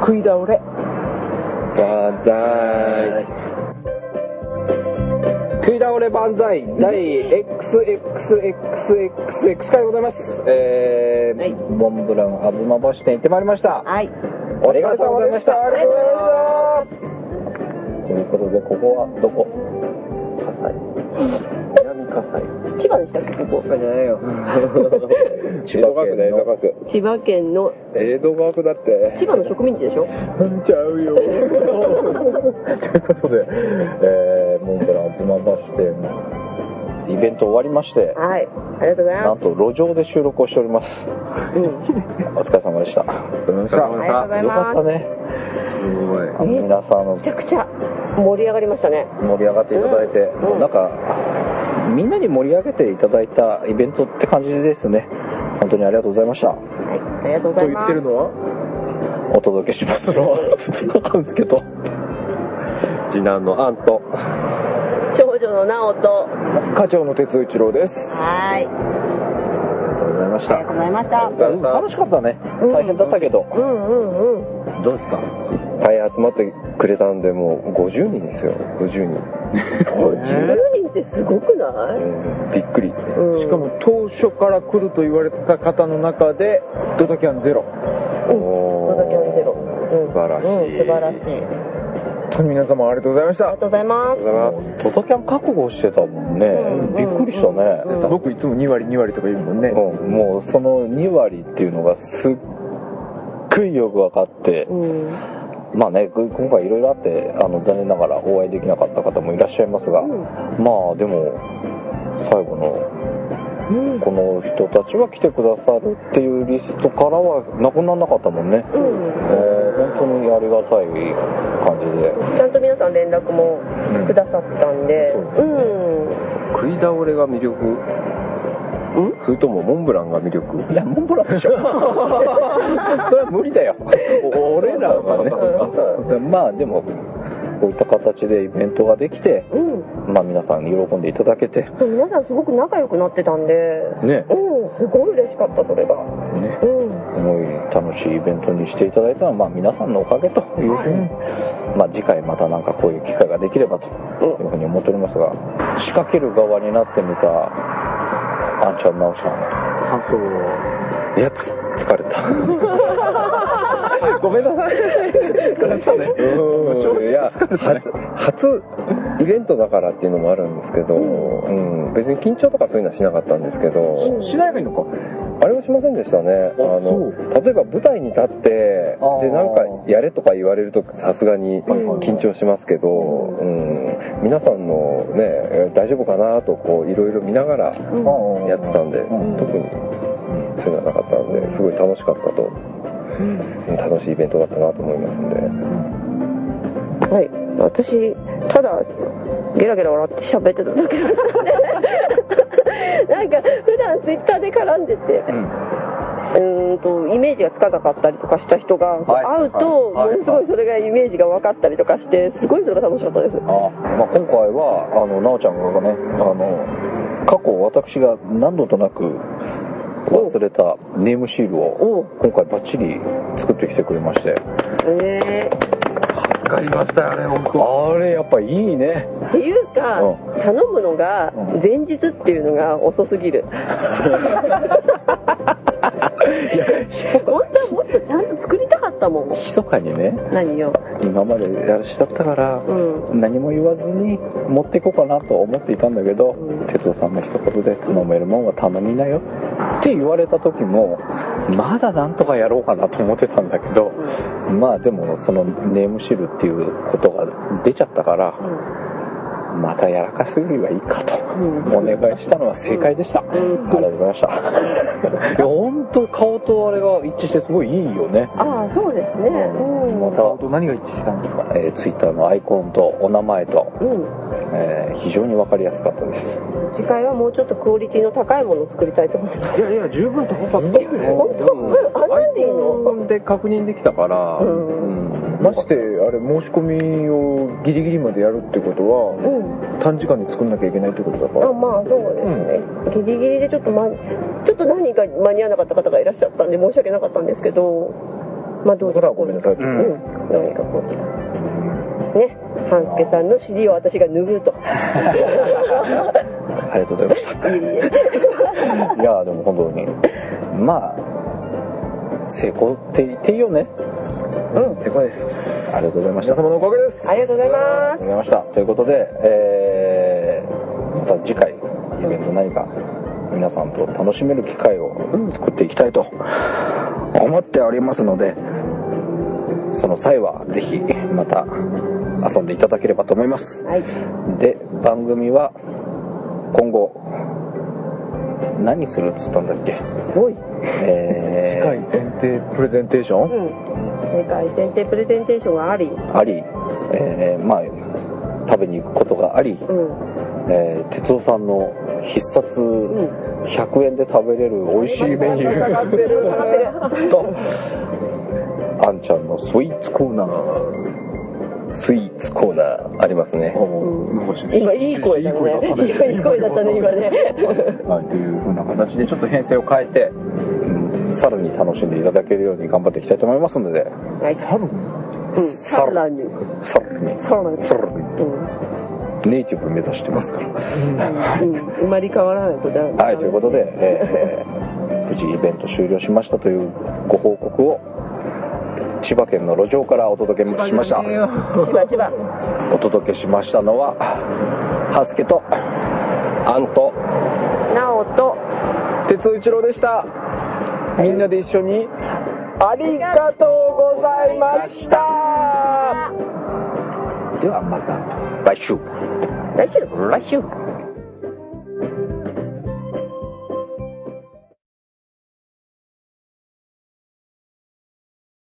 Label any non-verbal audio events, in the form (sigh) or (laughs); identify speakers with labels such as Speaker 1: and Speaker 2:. Speaker 1: 食い倒れ。
Speaker 2: 万歳。食い倒れ万歳第 XXXXX 回でございます。えー
Speaker 3: はい
Speaker 2: ボンブラウン東橋店行ってまいりました。
Speaker 3: はい。
Speaker 2: お疲れ様でした。
Speaker 1: あ
Speaker 2: あ
Speaker 1: り
Speaker 2: り
Speaker 1: がと
Speaker 2: がと
Speaker 1: うございま
Speaker 2: うございます。ということで、ここはどこ
Speaker 4: 火災。南火災。
Speaker 3: 千葉でしたっけ、ここ。
Speaker 1: じゃないよ。
Speaker 2: 千葉
Speaker 4: 江戸川区だよ江戸
Speaker 2: 川区。
Speaker 3: 千葉県の、
Speaker 2: 江戸川区だって。
Speaker 3: 千葉の植民地でしょ
Speaker 2: ちゃうよ。 (laughs) ということで、えー、モンブラン東橋店、イベント終わりまして、
Speaker 3: はい。ありがとうござい
Speaker 2: な
Speaker 3: ま
Speaker 2: んと路上で収録をしております。
Speaker 3: す。うん。
Speaker 2: お疲れ様でした。よ
Speaker 3: ありがとうござい
Speaker 2: か
Speaker 3: ま
Speaker 2: った
Speaker 3: す。
Speaker 2: ね。
Speaker 1: す
Speaker 2: あの皆さんあの
Speaker 3: めちゃくちゃ盛り上がりましたね。
Speaker 2: 盛り上がっていただいて、
Speaker 3: うんうん
Speaker 2: なんかみんなに盛り上げていただいたイベントって感じですね本当にありがとうございました
Speaker 3: はい。ありがとうございます。
Speaker 1: のは
Speaker 2: お届けします (laughs) のはなんですけど
Speaker 4: 次男のアンと。
Speaker 3: 長女の直人。は
Speaker 2: 課長の哲一郎です
Speaker 3: ーい。
Speaker 2: ありがとうございまし
Speaker 3: あ
Speaker 2: た
Speaker 3: りがとうございました。
Speaker 2: うん楽しかったね
Speaker 3: うん
Speaker 2: 大変だったけど、
Speaker 3: うんうんうん。
Speaker 1: どうですか
Speaker 4: いっぱい集まってくれたんで、もう50人ですよ。50人。
Speaker 2: (laughs)
Speaker 3: 10人ってすごくない
Speaker 4: うんびっくり。
Speaker 3: うん。
Speaker 1: しかも当初から来ると言われてた方の中で、ドタキャンゼロ。
Speaker 3: うん
Speaker 4: お
Speaker 3: 野田キャンゼロ
Speaker 4: ー
Speaker 3: うん
Speaker 4: 素晴らしい。
Speaker 3: うん、素晴らしい。あり
Speaker 1: 本当に皆様ありがとうございまし
Speaker 3: が
Speaker 1: た。
Speaker 3: とうございます。
Speaker 4: ありがとうございます。
Speaker 2: トトキャン覚悟してたもんね、
Speaker 3: うん
Speaker 2: びっくりしたね、
Speaker 3: うん
Speaker 1: 僕いつも2割2割とか言うもんね。
Speaker 2: うんもうその2割っていうのがすっごいよく分かって、
Speaker 3: うん。
Speaker 2: まあね、ぐ今回いろいろあって、あの、残念ながらお会いできなかった方もいらっしゃいますが、
Speaker 3: うん
Speaker 2: まあでも、最後の、
Speaker 3: うん。
Speaker 2: この人たちは来てくださるっていうリストからはなくならなかったもんね。
Speaker 3: うん
Speaker 2: えー本当にありがたい感じで。
Speaker 3: ちゃんと皆さん連絡もくださったんで、
Speaker 4: うん
Speaker 3: うん、
Speaker 4: 食い倒れが魅力
Speaker 3: ん
Speaker 4: それともモンブランが魅力
Speaker 2: いや、モンブランで (laughs) しょ。それは無理だよ。お俺らはね。まあでも、こういった形でイベントができて、
Speaker 3: うん、
Speaker 2: まあ皆さんに喜んでいただけて、
Speaker 3: そう皆さんすごく仲良くなってたんで、
Speaker 2: ね、
Speaker 3: うん、すごい嬉しかったそれが、
Speaker 2: ね
Speaker 3: うん、
Speaker 2: すごい楽しいイベントにしていただいたのは、まあ、皆さんのおかげというふうに、まあ、次回またなんかこういう機会ができればというふうに思っておりますが仕掛ける側になってみたあんちゃんなおさん
Speaker 1: 感想を。
Speaker 2: いやつ疲れたごめんなさい疲れたね
Speaker 4: いや初初イベントだからっていうのもあるんですけど、うん別に緊張とかそういうのはしなかったんですけど、
Speaker 1: しないがいいのか。
Speaker 4: あれはしませんでしたねあの例えば舞台に立ってで
Speaker 2: あー
Speaker 4: なんかやれとか言われるとさすがに緊張しますけど、うん皆さんのねえ大丈夫かなとこういろいろ見ながら
Speaker 2: うん
Speaker 4: やってたんで、
Speaker 2: うん
Speaker 4: 特にそういうのはなかったんですごい楽しかったと、うん楽しいイベントだったなと思いますんで
Speaker 3: はい私ただゲラゲラ笑って喋ってただけだ (laughs) ったんでなんか普段ツイッターで絡んでてうーんとイメージがつかなかったりとかした人がこう
Speaker 2: はい
Speaker 3: 会うと、
Speaker 2: はいはい
Speaker 3: ものすごいそれがイメージが分かったりとかしてすごいそれが楽しかったです
Speaker 2: あ、まあ、今回はあの奈緒ちゃんがねあの過去私が何度となく忘れたネームシールを
Speaker 3: おう
Speaker 2: 今回バッチリ作ってきてくれまして
Speaker 3: えー、
Speaker 4: 分かりましたよね本
Speaker 2: あれやっぱいいね
Speaker 3: っていうか、
Speaker 2: う
Speaker 3: 頼むのが
Speaker 2: うん
Speaker 3: 前日っていうのが遅すぎる本当はもっとちゃんと作りたかったもん
Speaker 2: 密かにね
Speaker 3: 何よ
Speaker 2: 今までやるしだったから
Speaker 3: うん
Speaker 2: 何も言わずに持っていこうかなと思っていたんだけど
Speaker 3: うん
Speaker 2: 哲夫さんの一言で「頼めるもんは頼みなよ」って言われた時もまだなんとかやろうかなと思ってたんだけどまあでもそのネームシールっていうことが出ちゃったからまたやらかすぎるよりはいいかと
Speaker 3: うん
Speaker 2: お願いしたのは正解でしたあ
Speaker 3: うん、
Speaker 2: りがとうございました (laughs) いや本当顔とあれが一致してすごいいいよね
Speaker 3: ああそうですねうん
Speaker 2: また
Speaker 1: 顔と何が一致したんですか
Speaker 2: えー、ツイッターのアイコンとお名前と、
Speaker 3: うん
Speaker 2: えー非常に分かりやすかったです
Speaker 3: 次回はもうちょっとクオリティの高いものを作りたいと思います
Speaker 1: いやいや、十分高かったよね。
Speaker 3: 本当あなんでいいの
Speaker 4: 当で確認できたから、
Speaker 3: うん
Speaker 1: まして、あれ、申し込みをギリギリまでやるってことは、
Speaker 3: うん
Speaker 1: 短時間で作んなきゃいけないってことだか
Speaker 3: あ
Speaker 1: ら。
Speaker 3: まあそうですね、ギリギリでちょっと、ま、ちょっと何人か間に合わなかった方がいらっしゃったんで申し訳なかったんですけどまあどうに
Speaker 4: 僕ら
Speaker 3: か
Speaker 4: はごめんなさい。
Speaker 3: ううん、どうにかこうにか。ね、半助さんの尻を私が脱ぐと。
Speaker 4: ありがとうございました。
Speaker 3: いえいえ
Speaker 2: いやでも本当にまあ成功って言っていいよね
Speaker 4: うん、手こいです。
Speaker 2: ありがとうございました
Speaker 4: 皆様のおかげです。
Speaker 3: ありがとうございま
Speaker 2: ありがとうございました。ということで、えー、また次回、イベント何か、皆さんと楽しめる機会を作っていきたいと思っておりますので、その際は、ぜひ、また遊んでいただければと思います
Speaker 3: す。。はい。
Speaker 2: で、番組は、今後、何するっつったんだっけ
Speaker 3: おい。
Speaker 2: えー、
Speaker 4: 次回限定プレゼンテーション
Speaker 3: うん。世界選定プレゼンテーションがあり。
Speaker 2: あり、えー、まあ、食べに行くことがあり、
Speaker 3: うん。
Speaker 2: えー、哲夫さんの必殺
Speaker 3: うん。
Speaker 2: 100円で食べれる美味しいメニュ
Speaker 3: 下がってる。下がって
Speaker 2: ーと、あんちゃんのスイーツコーナー。
Speaker 4: スイーツコーナーありますね。
Speaker 3: る。今いい声だね。いい声だったね、今ね。
Speaker 2: はい、というふうな形でちょっと編成を変えて、うんさらに楽しんでいただけるように頑張っていきたいと思いますので、
Speaker 3: はい。うん。さらに。
Speaker 2: さらに、
Speaker 3: さらに。
Speaker 2: さらに
Speaker 3: うん
Speaker 2: ネイティブ目指してますから。
Speaker 3: うん。生まれ変わらないことだよね
Speaker 2: はい、ということで、えー、無事イベント終了しましたというご報告を、千葉県の路上からお届けしました。
Speaker 3: 千葉、千葉。
Speaker 2: お届けしましたのは、ハスケと、
Speaker 4: アンと、
Speaker 3: なおと。
Speaker 4: 鉄尾一郎でした。みんなで一緒に、ありがとうございました
Speaker 2: ではまた、来週。
Speaker 3: 来週。来週。